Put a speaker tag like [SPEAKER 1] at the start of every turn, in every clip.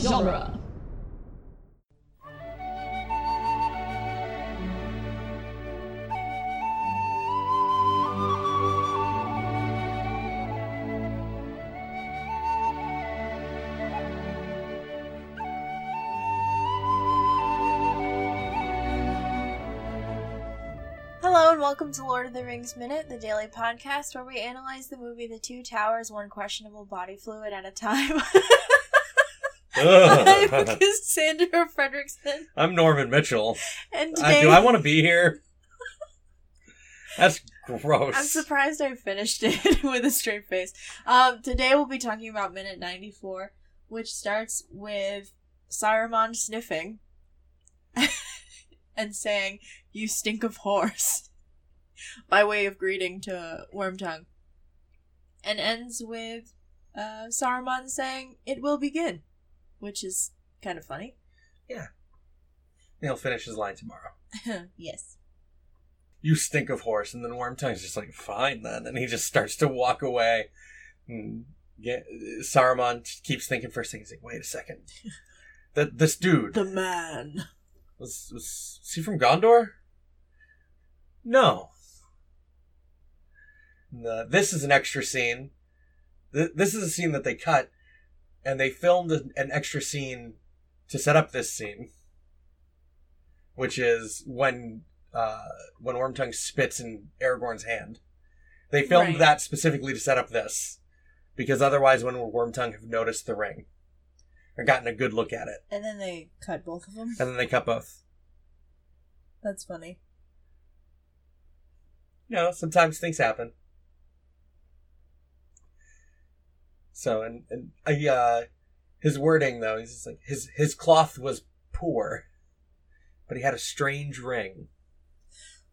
[SPEAKER 1] genre.
[SPEAKER 2] Hello and welcome to Lord of the Rings Minute, the daily podcast where we analyze the movie The Two Towers one questionable body fluid at a time. I'm
[SPEAKER 3] Ugh.
[SPEAKER 2] Cassandra Fredrickson,
[SPEAKER 3] I'm Norman Mitchell.
[SPEAKER 2] and
[SPEAKER 3] I,
[SPEAKER 2] today
[SPEAKER 3] do I want to be here? That's gross.
[SPEAKER 2] I'm surprised I finished it with a straight face. Um, today we'll be talking about minute 94, which starts with Saruman sniffing and saying, You stink of horse, by way of greeting to Wormtongue. And ends with uh, Saruman saying, It will begin, which is kind of funny.
[SPEAKER 3] He'll finish his line tomorrow.
[SPEAKER 2] yes.
[SPEAKER 3] You stink of horse, and then Worm Tongue's just like, fine then, and he just starts to walk away. And get, Saruman keeps thinking first thing. He's like, wait a second, that this dude
[SPEAKER 2] The man.
[SPEAKER 3] was, was was he from Gondor? No. The, this is an extra scene. Th- this is a scene that they cut, and they filmed an, an extra scene to set up this scene, which is when uh, when Wormtongue spits in Aragorn's hand. They filmed
[SPEAKER 2] Right.
[SPEAKER 3] that specifically to set up this, because otherwise, when would Wormtongue have noticed the ring or gotten a good look at it?
[SPEAKER 2] And then they cut both of them.
[SPEAKER 3] And then they cut both.
[SPEAKER 2] That's funny.
[SPEAKER 3] you know, sometimes things happen. So and and I, uh, his wording though, he's just like his his cloth was poor, but he had a strange ring.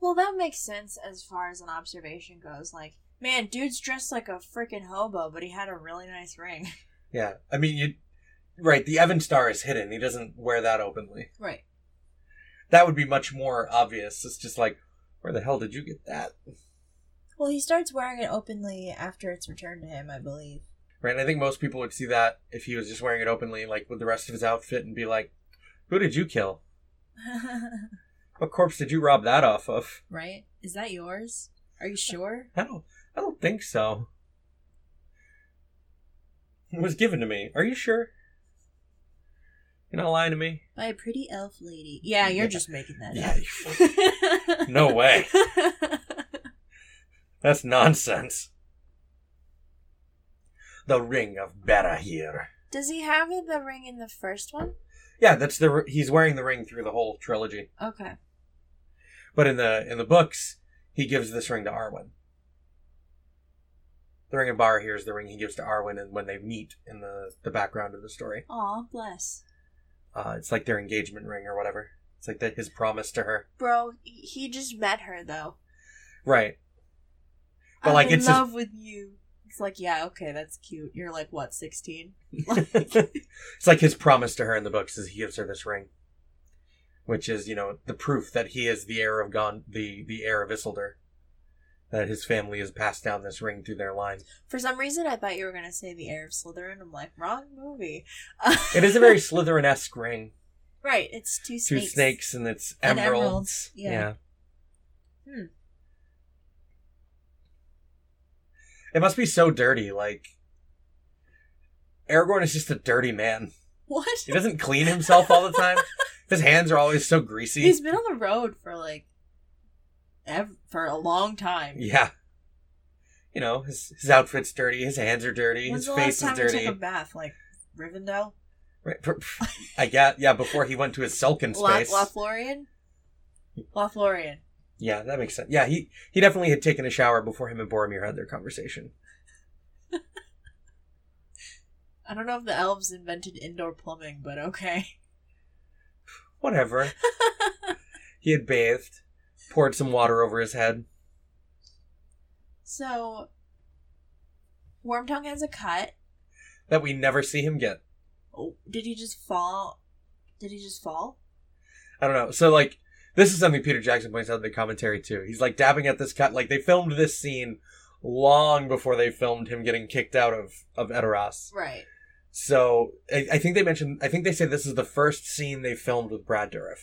[SPEAKER 2] Well, that makes sense as far as an observation goes. Like, man, dude's dressed like a freaking hobo, but he had a really nice ring.
[SPEAKER 3] Yeah, I mean you, right? The Evan Star is hidden. He doesn't wear that openly.
[SPEAKER 2] Right.
[SPEAKER 3] That would be much more obvious. It's just like, where the hell did you get that?
[SPEAKER 2] Well, he starts wearing it openly after it's returned to him, I believe.
[SPEAKER 3] Right? And I think most people would see that if he was just wearing it openly, like with the rest of his outfit, and be like, who did you kill? What corpse did you rob that off of?
[SPEAKER 2] right? Is that yours? Are you sure?
[SPEAKER 3] I don't. I don't think so. It was given to me. Are you sure? You're not lying to me.
[SPEAKER 2] By a pretty elf lady. Yeah, you're
[SPEAKER 3] Yeah.
[SPEAKER 2] just making that
[SPEAKER 3] Yeah,
[SPEAKER 2] up.
[SPEAKER 3] No way. That's nonsense. The ring of Barahir.
[SPEAKER 2] Does he have the ring in the first one?
[SPEAKER 3] Yeah, that's the. He's wearing the ring through the whole trilogy.
[SPEAKER 2] Okay.
[SPEAKER 3] But in the in the books, he gives this ring to Arwen. The ring of Barahir is the ring he gives to Arwen, and when they meet in the the background of the story,
[SPEAKER 2] Aw, bless.
[SPEAKER 3] uh, it's like their engagement ring or whatever. It's like that his promise to her.
[SPEAKER 2] Bro, he he just met her, though.
[SPEAKER 3] Right. But,
[SPEAKER 2] I'm
[SPEAKER 3] like,
[SPEAKER 2] in
[SPEAKER 3] it's just-
[SPEAKER 2] love with you. It's like, yeah, okay, that's cute. You're like what, sixteen?
[SPEAKER 3] it's like his promise to her in the books is he gives her this ring, which is you know the proof that he is the heir of Gon, the the heir of Isildur, that his family has passed down this ring through their line.
[SPEAKER 2] For some reason, I thought you were gonna say the heir of Slytherin. I'm like, wrong movie.
[SPEAKER 3] It is a very Slytherin esque ring,
[SPEAKER 2] right. It's two
[SPEAKER 3] two
[SPEAKER 2] snakes.
[SPEAKER 3] snakes and it's
[SPEAKER 2] And
[SPEAKER 3] emeralds.
[SPEAKER 2] emeralds, yeah. Hmm.
[SPEAKER 3] It must be so dirty. Like Aragorn is just a dirty man.
[SPEAKER 2] What?
[SPEAKER 3] He doesn't clean himself all the time. His hands are always so greasy.
[SPEAKER 2] He's been on the road for like, ev- for a long time.
[SPEAKER 3] Yeah. You know, his, his outfit's dirty, his hands are dirty,
[SPEAKER 2] When's
[SPEAKER 3] his
[SPEAKER 2] the
[SPEAKER 3] face is
[SPEAKER 2] last time he
[SPEAKER 3] dirty.
[SPEAKER 2] took a bath? Like Rivendell,
[SPEAKER 3] Right, pr- pr- I got yeah, before he went to his Selkin
[SPEAKER 2] La-
[SPEAKER 3] space.
[SPEAKER 2] Lothlorien, Lothlorien.
[SPEAKER 3] Yeah, that makes sense. Yeah, he he definitely had taken a shower before him and Boromir had their conversation.
[SPEAKER 2] I don't know if the elves invented indoor plumbing, but okay.
[SPEAKER 3] Whatever. he had bathed, poured some water over his head.
[SPEAKER 2] So, Wormtongue has a cut.
[SPEAKER 3] That we never see him get.
[SPEAKER 2] Oh, did he just fall? Did he just fall?
[SPEAKER 3] I don't know. So like this is something Peter Jackson points out in the commentary too. He's like dabbing at this cut. Like they filmed this scene long before they filmed him getting kicked out of of Edoras.
[SPEAKER 2] Right.
[SPEAKER 3] So I, I think they mentioned. I think they say this is the first scene they filmed with Brad Dourif.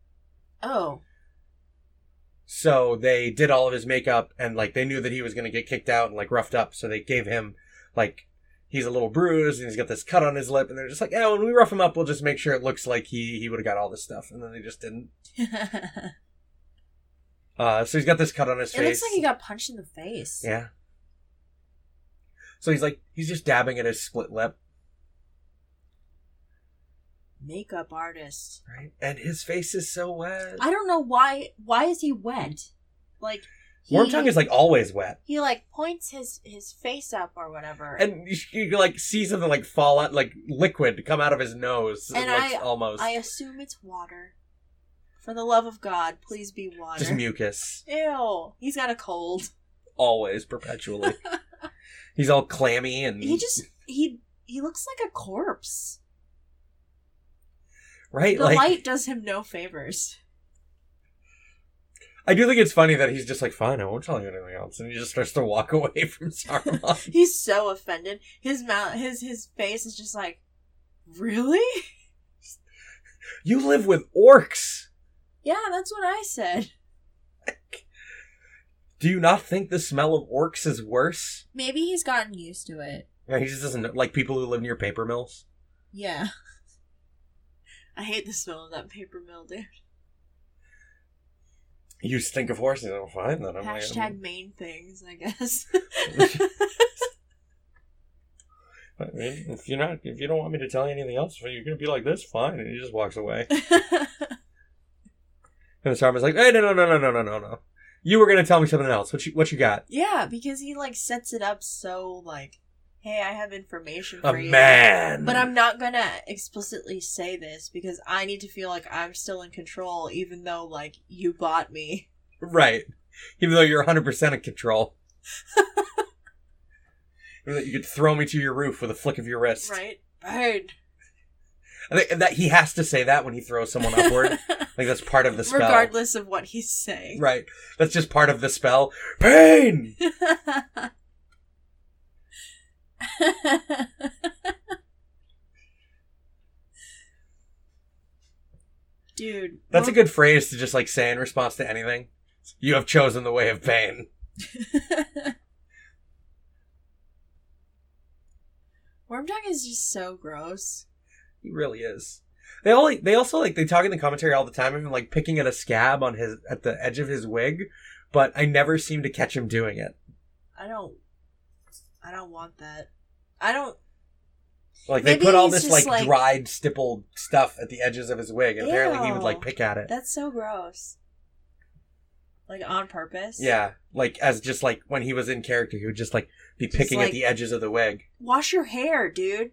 [SPEAKER 2] Oh,
[SPEAKER 3] So they did all of his makeup and like they knew that he was going to get kicked out and like roughed up. So they gave him like he's a little bruised and he's got this cut on his lip and they're just like, yeah, when we rough him up, we'll just make sure it looks like he he would have got all this stuff. And then they just didn't.
[SPEAKER 2] it
[SPEAKER 3] Uh, so he's got this cut on his
[SPEAKER 2] looks
[SPEAKER 3] face.
[SPEAKER 2] like he got punched in the face.
[SPEAKER 3] yeah. So he's like he's just dabbing at his split lip,
[SPEAKER 2] Makeup artist.
[SPEAKER 3] right? And his face is so wet.
[SPEAKER 2] I don't know why. Why is he wet? Like he,
[SPEAKER 3] Worm tongue is like always wet,
[SPEAKER 2] he like points his his face up or whatever.
[SPEAKER 3] and you, you like see something like fall out, like liquid come out of his nose. it
[SPEAKER 2] And
[SPEAKER 3] looks
[SPEAKER 2] I-
[SPEAKER 3] almost
[SPEAKER 2] I assume it's water. For the love of God, please be water.
[SPEAKER 3] just mucus.
[SPEAKER 2] Ew. He's got a cold.
[SPEAKER 3] always perpetually he's all clammy and
[SPEAKER 2] He just he he looks like a corpse.
[SPEAKER 3] right
[SPEAKER 2] The
[SPEAKER 3] like
[SPEAKER 2] light does him no favors.
[SPEAKER 3] i do think it's funny that he's just like fine i won't tell you anything else and he just starts to walk away from saruman
[SPEAKER 2] He's so offended. His mouth his his face is just like Really?
[SPEAKER 3] you live with orcs
[SPEAKER 2] Yeah, that's what I said.
[SPEAKER 3] do you not think the smell of orcs is worse
[SPEAKER 2] Maybe he's gotten used to it.
[SPEAKER 3] yeah, he just doesn't know- like people who live near paper mills
[SPEAKER 2] Yeah. I hate the smell of that paper mill, dude.
[SPEAKER 3] you stink of horses oh fine then i'm like
[SPEAKER 2] Hashtag main things, I guess.
[SPEAKER 3] I mean, if you're not if you don't want me to tell you anything else you're gonna be like this fine and he just walks away and saruman's like hey no no no no no no no no you were gonna tell me something else what you what you got
[SPEAKER 2] yeah, because he like sets it up so like, hey, I have information
[SPEAKER 3] a
[SPEAKER 2] for you.
[SPEAKER 3] man.
[SPEAKER 2] But I'm not gonna explicitly say this because I need to feel like I'm still in control, even though like you bought me.
[SPEAKER 3] right, even though you're 100 percent in control. Even though you could throw me to your roof with a flick of your wrist.
[SPEAKER 2] Right? Bird.
[SPEAKER 3] I think that he has to say that when he throws someone upward. I think that's part of the spell.
[SPEAKER 2] Regardless of what he's saying.
[SPEAKER 3] Right, that's just part of the spell. Pain.
[SPEAKER 2] Dude,
[SPEAKER 3] That's a good phrase to just like say in response to anything. You have chosen the way of pain.
[SPEAKER 2] Worm tongue is just so gross.
[SPEAKER 3] He really is. They all like, they also like they talk in the commentary all the time of him like picking at a scab on his at the edge of his wig, but I never seem to catch him doing it.
[SPEAKER 2] I don't. I don't want that. I don't.
[SPEAKER 3] Like
[SPEAKER 2] Maybe
[SPEAKER 3] they put all
[SPEAKER 2] he's
[SPEAKER 3] this
[SPEAKER 2] just, like-
[SPEAKER 3] like, dried stippled stuff at the edges of his wig, and apparently he would like
[SPEAKER 2] Ew.
[SPEAKER 3] pick at it.
[SPEAKER 2] That's so gross. Like on purpose.
[SPEAKER 3] Yeah, like as just like when he was in character, he would just like be
[SPEAKER 2] Just,
[SPEAKER 3] picking
[SPEAKER 2] like-
[SPEAKER 3] at the edges of the wig.
[SPEAKER 2] Wash your hair, dude.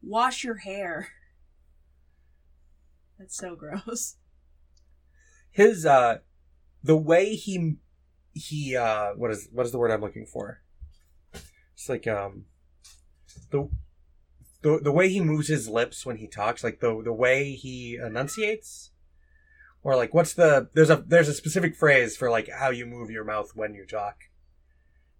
[SPEAKER 2] Wash your hair. That's so gross.
[SPEAKER 3] His uh, the way he he uh, what is what is the word I'm looking for? It's like um, the the the way he moves his lips when he talks, like the the way he enunciates. Or like, what's the there's a there's a specific phrase for like how you move your mouth when you talk.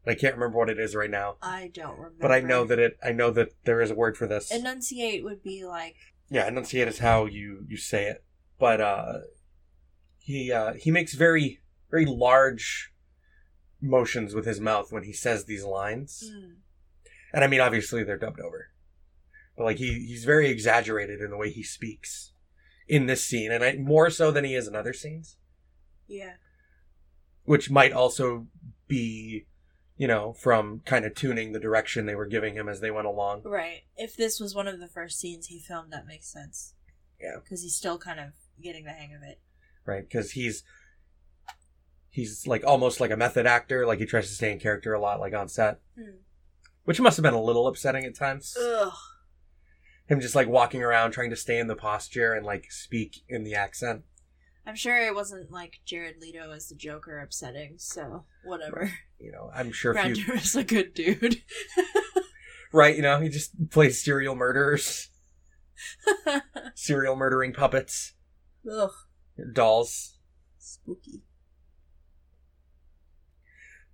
[SPEAKER 3] I can't remember what it is right now.
[SPEAKER 2] I don't remember.
[SPEAKER 3] but I know that it. I know that there is a word for this.
[SPEAKER 2] enunciate would be like
[SPEAKER 3] yeah, enunciate is how you you say it. But uh, he uh, he makes very very large motions with his mouth when he says these lines,
[SPEAKER 2] mm,
[SPEAKER 3] and I mean obviously they're dubbed over, but like he he's very exaggerated in the way he speaks in this scene, and I, more so than he is in other scenes,
[SPEAKER 2] yeah.
[SPEAKER 3] which might also be. You know, from kind of tuning the direction they were giving him as they went along.
[SPEAKER 2] Right. If this was one of the first scenes he filmed, that makes sense.
[SPEAKER 3] Yeah.
[SPEAKER 2] Because he's still kind of getting the hang of it.
[SPEAKER 3] right? Because he's he's like almost like a method actor. Like he tries to stay in character a lot, like on set,
[SPEAKER 2] Mm.
[SPEAKER 3] which must have been a little upsetting at times.
[SPEAKER 2] Ugh.
[SPEAKER 3] Him just like walking around trying to stay in the posture and like speak in the accent.
[SPEAKER 2] I'm sure it wasn't like Jared Leto as the Joker upsetting, so whatever.
[SPEAKER 3] You know, I'm sure
[SPEAKER 2] Brad
[SPEAKER 3] if you
[SPEAKER 2] Dourif is a good dude.
[SPEAKER 3] right, you know, he just plays serial murderers, serial murdering puppets,
[SPEAKER 2] Ugh.
[SPEAKER 3] dolls.
[SPEAKER 2] Spooky.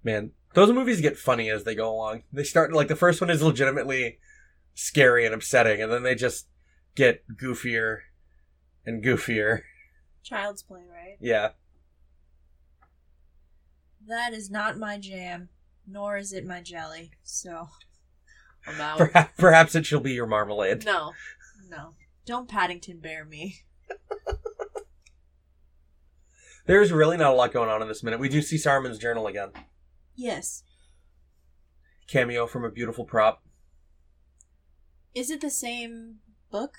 [SPEAKER 3] Man, those movies get funny as they go along. They start like the first one is legitimately scary and upsetting, and then they just get goofier and goofier.
[SPEAKER 2] Child's play, right?
[SPEAKER 3] Yeah.
[SPEAKER 2] That is not my jam, nor is it my jelly. So I'm out.
[SPEAKER 3] Perhaps, perhaps it shall be your marmalade.
[SPEAKER 2] Oh, Um, No, no. Don't Paddington Bear me.
[SPEAKER 3] There's really not a lot going on in this minute. We do see Saruman's journal again.
[SPEAKER 2] Yes.
[SPEAKER 3] Cameo from a beautiful prop.
[SPEAKER 2] Is it the same book?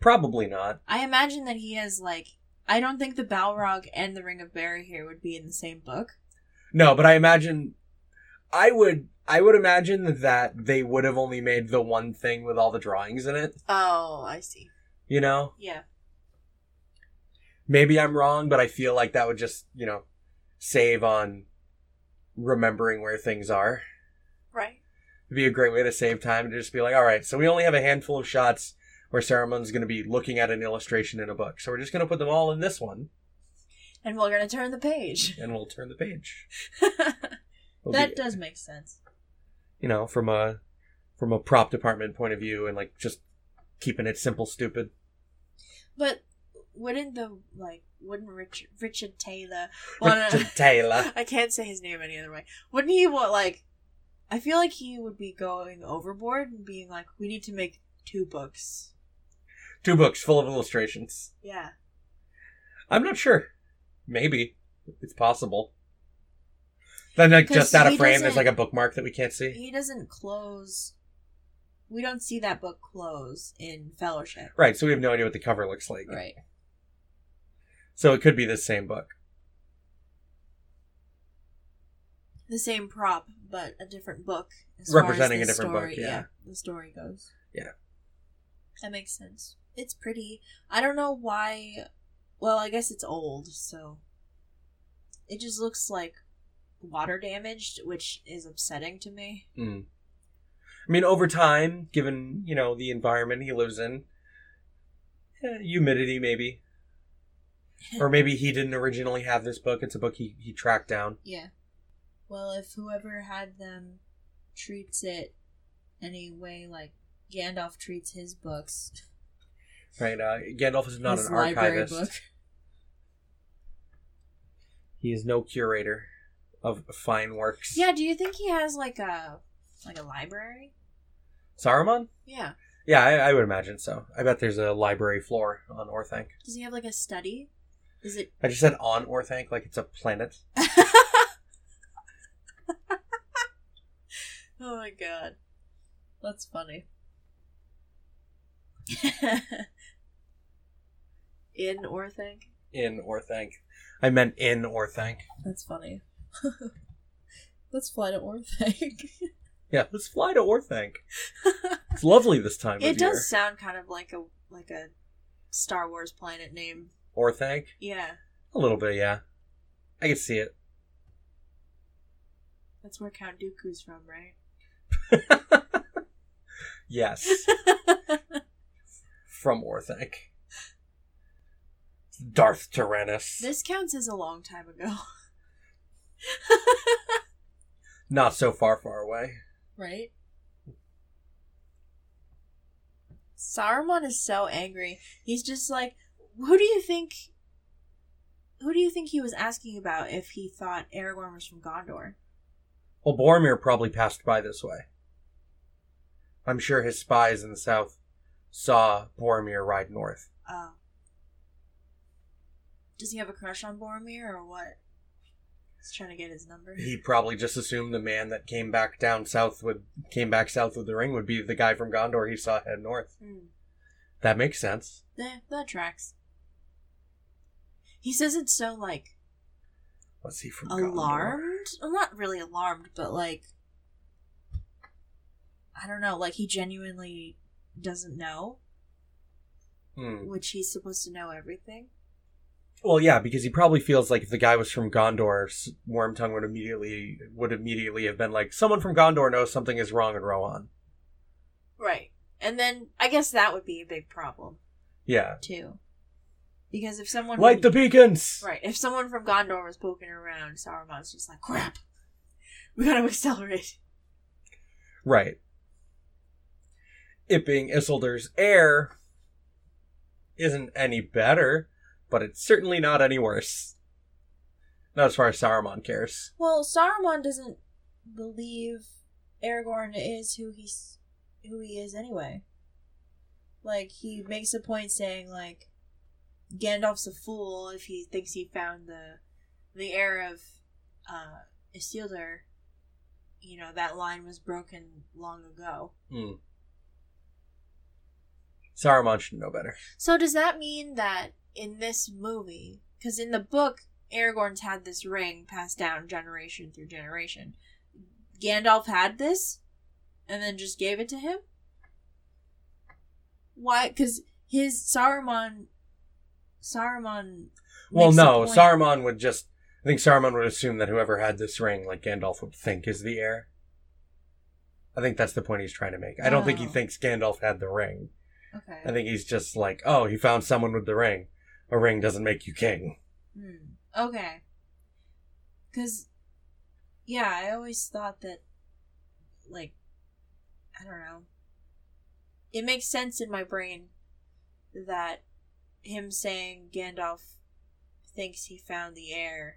[SPEAKER 3] Probably not.
[SPEAKER 2] I imagine that he has, like, I don't think the Balrog and the Ring of Barahir would be in the same book.
[SPEAKER 3] No, but I imagine I would I would imagine that they would have only made the one thing with all the drawings in it,
[SPEAKER 2] Oh, I see.
[SPEAKER 3] you know?
[SPEAKER 2] Yeah.
[SPEAKER 3] Maybe I'm wrong, but I feel like that would just, you know, save on remembering where things are.
[SPEAKER 2] Right.
[SPEAKER 3] It'd be a great way to save time to just be like, all right, so we only have a handful of shots where Saruman's going to be looking at an illustration in a book. So we're just going to put them all in this one
[SPEAKER 2] And we're going to turn the page.
[SPEAKER 3] and we'll turn the page.
[SPEAKER 2] that
[SPEAKER 3] It'll be-
[SPEAKER 2] does make sense.
[SPEAKER 3] you know, from a from a prop department point of view and like just keeping it simple stupid.
[SPEAKER 2] But wouldn't the, like, wouldn't Richard, Richard Taylor want to.
[SPEAKER 3] Richard Taylor.
[SPEAKER 2] I can't say his name any other way. Wouldn't he want like? I feel like he would be going overboard and being like, "We need to make two books."
[SPEAKER 3] Two books full of illustrations.
[SPEAKER 2] Yeah,
[SPEAKER 3] I'm not sure. Maybe. It's possible. Then like
[SPEAKER 2] Because
[SPEAKER 3] just out of
[SPEAKER 2] he
[SPEAKER 3] frame there's
[SPEAKER 2] doesn't-
[SPEAKER 3] like a bookmark that we can't see.
[SPEAKER 2] he doesn't close. We don't see that book close in Fellowship,
[SPEAKER 3] Right, so we have no idea what the cover looks like.
[SPEAKER 2] right?
[SPEAKER 3] So it could be the same book.
[SPEAKER 2] The same prop, but a different book. as
[SPEAKER 3] Representing
[SPEAKER 2] the
[SPEAKER 3] a different book,
[SPEAKER 2] story-
[SPEAKER 3] yeah.
[SPEAKER 2] the story goes.
[SPEAKER 3] Yeah.
[SPEAKER 2] that makes sense. It's pretty. I don't know why. Well, I guess it's old, so it just looks like water damaged, which is upsetting to me.
[SPEAKER 3] Mm. I mean, over time, given, you know, the environment he lives in, eh, humidity maybe. or maybe he didn't originally have this book. It's a book he, he tracked down.
[SPEAKER 2] Yeah. Well, if whoever had them treats it any way like Gandalf treats his books,
[SPEAKER 3] Right, uh, Gandalf is not
[SPEAKER 2] his
[SPEAKER 3] an archivist. He is no curator of fine works.
[SPEAKER 2] Yeah. Do you think he has like a like a library?
[SPEAKER 3] Saruman?
[SPEAKER 2] Yeah.
[SPEAKER 3] Yeah, I, I would imagine so. I bet there's a library floor on Orthanc.
[SPEAKER 2] Does he have like a study? Is it?
[SPEAKER 3] I just said on Orthanc like it's a planet.
[SPEAKER 2] Oh my god, that's funny. In Orthanc,
[SPEAKER 3] In Orthanc. I meant in Orthanc.
[SPEAKER 2] that's funny. Let's fly to Orthanc.
[SPEAKER 3] Yeah, let's fly to Orthanc. it's lovely this time of
[SPEAKER 2] it
[SPEAKER 3] year.
[SPEAKER 2] does sound kind of like a like a Star Wars planet name.
[SPEAKER 3] Orthanc?
[SPEAKER 2] Yeah,
[SPEAKER 3] A little bit, yeah. I can see it.
[SPEAKER 2] that's where Count Dooku's from, right?
[SPEAKER 3] Yes. From Orthanc. Darth Tyrannus.
[SPEAKER 2] this counts as a long time ago,
[SPEAKER 3] Not so far, far away.
[SPEAKER 2] right? Saruman is so angry. He's just like, who do you think? Who do you think he was asking about if he thought Aragorn was from Gondor?
[SPEAKER 3] Well, Boromir probably passed by this way. I'm sure his spies in the south saw Boromir ride north.
[SPEAKER 2] Uh, does he have a crush on Boromir or what? He's trying to get his number.
[SPEAKER 3] He probably just assumed the man that came back down south would came back south with the ring would be the guy from Gondor he saw head north.
[SPEAKER 2] Hmm.
[SPEAKER 3] That makes sense.
[SPEAKER 2] That that tracks. He says it's so like
[SPEAKER 3] Was he from Gondor?
[SPEAKER 2] alarmed. Well, not really alarmed, but like I don't know. Like he genuinely doesn't know,
[SPEAKER 3] Hmm.
[SPEAKER 2] which he's supposed to know everything.
[SPEAKER 3] Well, yeah, because he probably feels like if the guy was from Gondor, S- Wormtongue would immediately would immediately have been like, "Someone from Gondor knows something is wrong in Rohan."
[SPEAKER 2] Right. And then I guess that would be a big problem
[SPEAKER 3] Yeah,
[SPEAKER 2] too, because if someone
[SPEAKER 3] light the
[SPEAKER 2] from,
[SPEAKER 3] beacons.
[SPEAKER 2] right, if someone from Gondor was poking around, Saruman's just like crap. We gotta accelerate.
[SPEAKER 3] Right. it being Isildur's heir isn't any better, but it's certainly not any worse. Not as far as Saruman cares.
[SPEAKER 2] Well, Saruman doesn't believe Aragorn is who he's who he is anyway. Like he makes a point saying like Gandalf's a fool if he thinks he found the the heir of uh, Isildur. You know that line was broken long ago.
[SPEAKER 3] Hmm. Saruman should know better.
[SPEAKER 2] So does that mean that in this movie, because in the book, Aragorn's had this ring passed down generation through generation. Gandalf had this, and then just gave it to him. Why? Because his Saruman, Saruman.
[SPEAKER 3] Well,
[SPEAKER 2] makes a
[SPEAKER 3] no,
[SPEAKER 2] point-
[SPEAKER 3] Saruman would just. I think Saruman would assume that whoever had this ring, like Gandalf would think, is the heir. I think that's the point he's trying to make. I don't think he
[SPEAKER 2] Oh.
[SPEAKER 3] thinks Gandalf had the ring.
[SPEAKER 2] Okay.
[SPEAKER 3] I think he's just like, oh, he found someone with the ring. A ring doesn't make you king.
[SPEAKER 2] Hmm. Okay. Because, yeah, I always thought that, like, I don't know. It makes sense in my brain that him saying Gandalf thinks he found the heir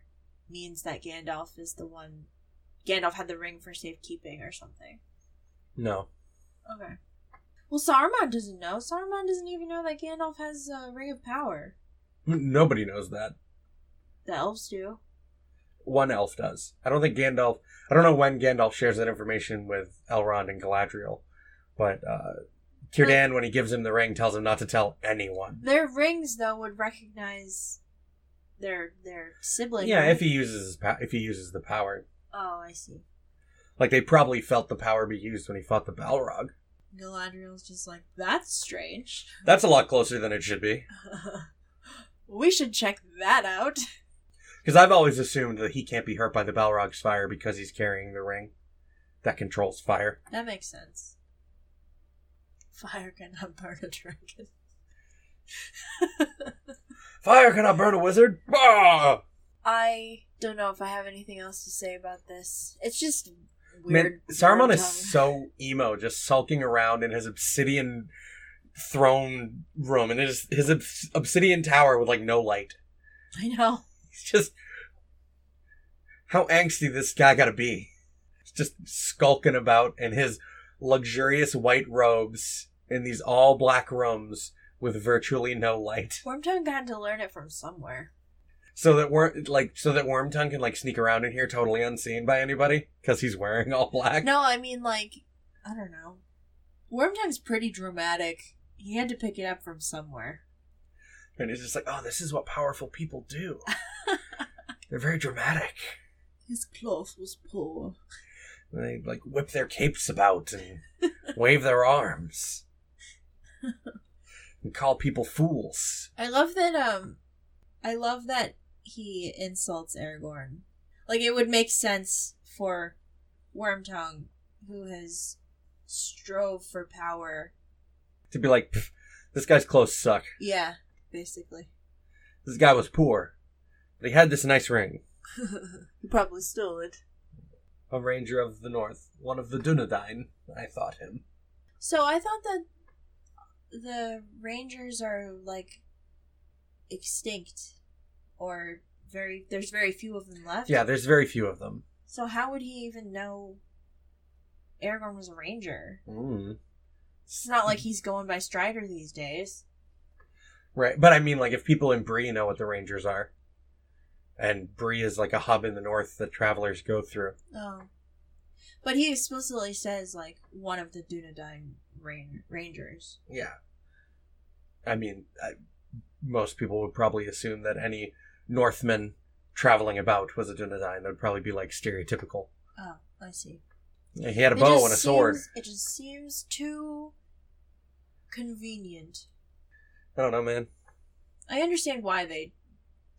[SPEAKER 2] means that Gandalf is the one. Gandalf had the ring for safekeeping or something.
[SPEAKER 3] No.
[SPEAKER 2] Okay. Well, Saruman doesn't know. Saruman doesn't even know that Gandalf has a ring of power.
[SPEAKER 3] Nobody knows that.
[SPEAKER 2] The elves do.
[SPEAKER 3] One elf does. I don't think Gandalf. I don't know when Gandalf shares that information with Elrond and Galadriel, but uh, Círdan, when he gives him the ring, tells him not to tell anyone.
[SPEAKER 2] Their rings, though, would recognize their their sibling.
[SPEAKER 3] yeah,
[SPEAKER 2] right?
[SPEAKER 3] if he uses his pow- if he uses the power,
[SPEAKER 2] Oh, I see.
[SPEAKER 3] like they probably felt the power be used when he fought the Balrog.
[SPEAKER 2] Galadriel's just like that's strange.
[SPEAKER 3] That's a lot closer than it should be,
[SPEAKER 2] we should check that out.
[SPEAKER 3] because I've always assumed that he can't be hurt by the Balrog's fire because he's carrying the ring that controls fire.
[SPEAKER 2] That makes sense. Fire cannot burn a dragon.
[SPEAKER 3] Fire cannot burn a wizard. Bah!
[SPEAKER 2] I don't know if I have anything else to say about this. It's just
[SPEAKER 3] Man,
[SPEAKER 2] weird.
[SPEAKER 3] Saruman
[SPEAKER 2] word
[SPEAKER 3] is
[SPEAKER 2] tongue.
[SPEAKER 3] so emo, just sulking around in his obsidian throne room, and his his obs- obsidian tower with like no light.
[SPEAKER 2] I know.
[SPEAKER 3] It's just how angsty this guy got to be. He's just skulking about in his luxurious white robes in these all black rooms with virtually no light,
[SPEAKER 2] Wormtongue had to learn it from somewhere.
[SPEAKER 3] so that worm like so that Wormtongue can like sneak around in here totally unseen by anybody because he's wearing all black.
[SPEAKER 2] No, I mean like I don't know. Wormtongue's pretty dramatic. He had to pick it up from somewhere.
[SPEAKER 3] And it's just like, oh, this is what powerful people do. They're very dramatic.
[SPEAKER 2] His cloth was poor.
[SPEAKER 3] And they like whip their capes about and wave their arms and call people fools.
[SPEAKER 2] I love that um I love that he insults Aragorn. Like it would make sense for Wormtongue, who has strove for power.
[SPEAKER 3] To be like, "Pff, this guy's clothes suck.
[SPEAKER 2] Yeah, basically.
[SPEAKER 3] This guy was poor, but he had this nice ring.
[SPEAKER 2] he probably stole it.
[SPEAKER 3] A ranger of the north, one of the Dunedain, I thought him.
[SPEAKER 2] So I thought that the Rangers are like extinct or very there's very few of them left.
[SPEAKER 3] Yeah, there's very few of them.
[SPEAKER 2] So how would he even know Aragorn was a ranger?
[SPEAKER 3] Mm.
[SPEAKER 2] It's not like he's going by Strider these days.
[SPEAKER 3] Right, but I mean, like, if people in Bree know what the rangers are, and Bree is like a hub in the north that travelers go through.
[SPEAKER 2] Oh. But he explicitly says like one of the Dunedain ran- rangers.
[SPEAKER 3] Yeah. I mean, I, most people would probably assume that any Northman traveling about was a Dunedain. That would probably be like stereotypical.
[SPEAKER 2] Oh, I see.
[SPEAKER 3] He had a
[SPEAKER 2] It
[SPEAKER 3] bow
[SPEAKER 2] just
[SPEAKER 3] and a sword.
[SPEAKER 2] seems- It just seems too convenient.
[SPEAKER 3] I don't know, man.
[SPEAKER 2] I understand why they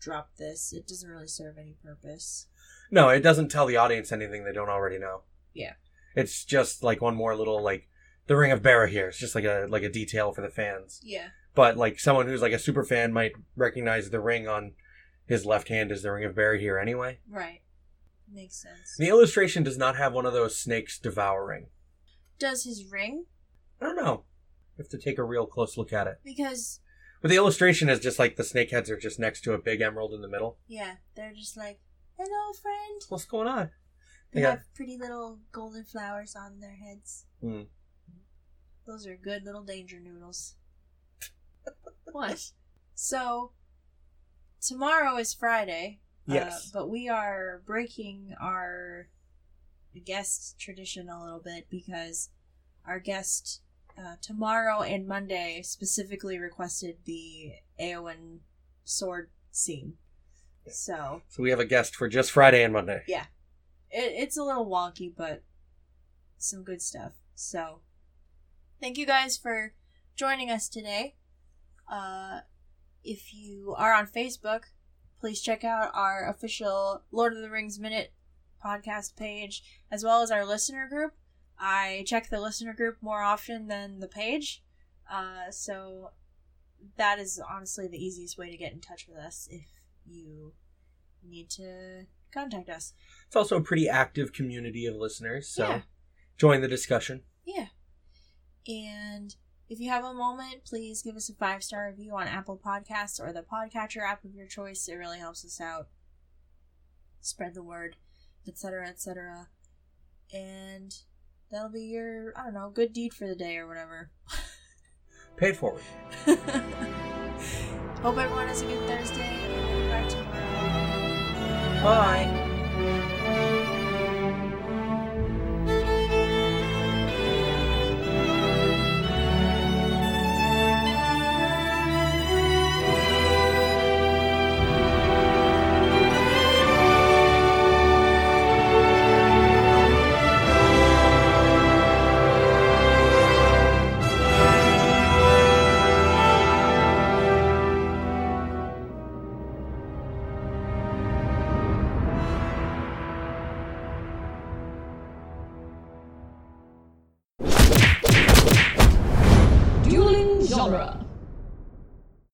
[SPEAKER 2] dropped this. It doesn't really serve any purpose.
[SPEAKER 3] No, it doesn't tell the audience anything they don't already know.
[SPEAKER 2] Yeah.
[SPEAKER 3] It's just like one more little like the Ring of Barra here. It's just like a like a detail for the fans.
[SPEAKER 2] Yeah.
[SPEAKER 3] But like someone who's like a super fan might recognize the ring on his left hand as the Ring of Barra here anyway.
[SPEAKER 2] Right. Makes sense.
[SPEAKER 3] The illustration does not have one of those snakes devouring.
[SPEAKER 2] Does his ring?
[SPEAKER 3] I don't know. We have to take a real close look at it.
[SPEAKER 2] Because
[SPEAKER 3] But the illustration is just like the snake heads are just next to a big emerald in the middle.
[SPEAKER 2] yeah, they're just like, "Hello, friend."
[SPEAKER 3] What's going on?
[SPEAKER 2] They
[SPEAKER 3] Yeah.
[SPEAKER 2] have pretty little golden flowers on their heads.
[SPEAKER 3] Hmm.
[SPEAKER 2] Those are good little danger noodles. what? So, tomorrow is Friday. uh,
[SPEAKER 3] Yes.
[SPEAKER 2] but we are breaking our guest tradition a little bit because our guest uh, tomorrow and Monday specifically requested the Aowen sword scene.
[SPEAKER 3] Yeah.
[SPEAKER 2] So,
[SPEAKER 3] So we have a guest for just Friday and Monday.
[SPEAKER 2] it, it's a little wonky, but some good stuff. So, thank you guys for joining us today. Uh, if you are on Facebook, please check out our official Lord of the Rings Minute podcast page, as well as our listener group. I check the listener group more often than the page, uh, so that is honestly the easiest way to get in touch with us if you need to contact us.
[SPEAKER 3] It's also a pretty active community of listeners, so
[SPEAKER 2] Yeah.
[SPEAKER 3] join the discussion.
[SPEAKER 2] Yeah. And if you have a moment, please give us a five star review on Apple Podcasts or the Podcatcher app of your choice. It really helps us out. Spread the word, etc., etc. And that'll be your, I don't know, good deed for the day or whatever.
[SPEAKER 3] Pay it forward.
[SPEAKER 2] Hope everyone has a good Thursday. We'll be back tomorrow.
[SPEAKER 3] Bye.
[SPEAKER 1] Dueling genre.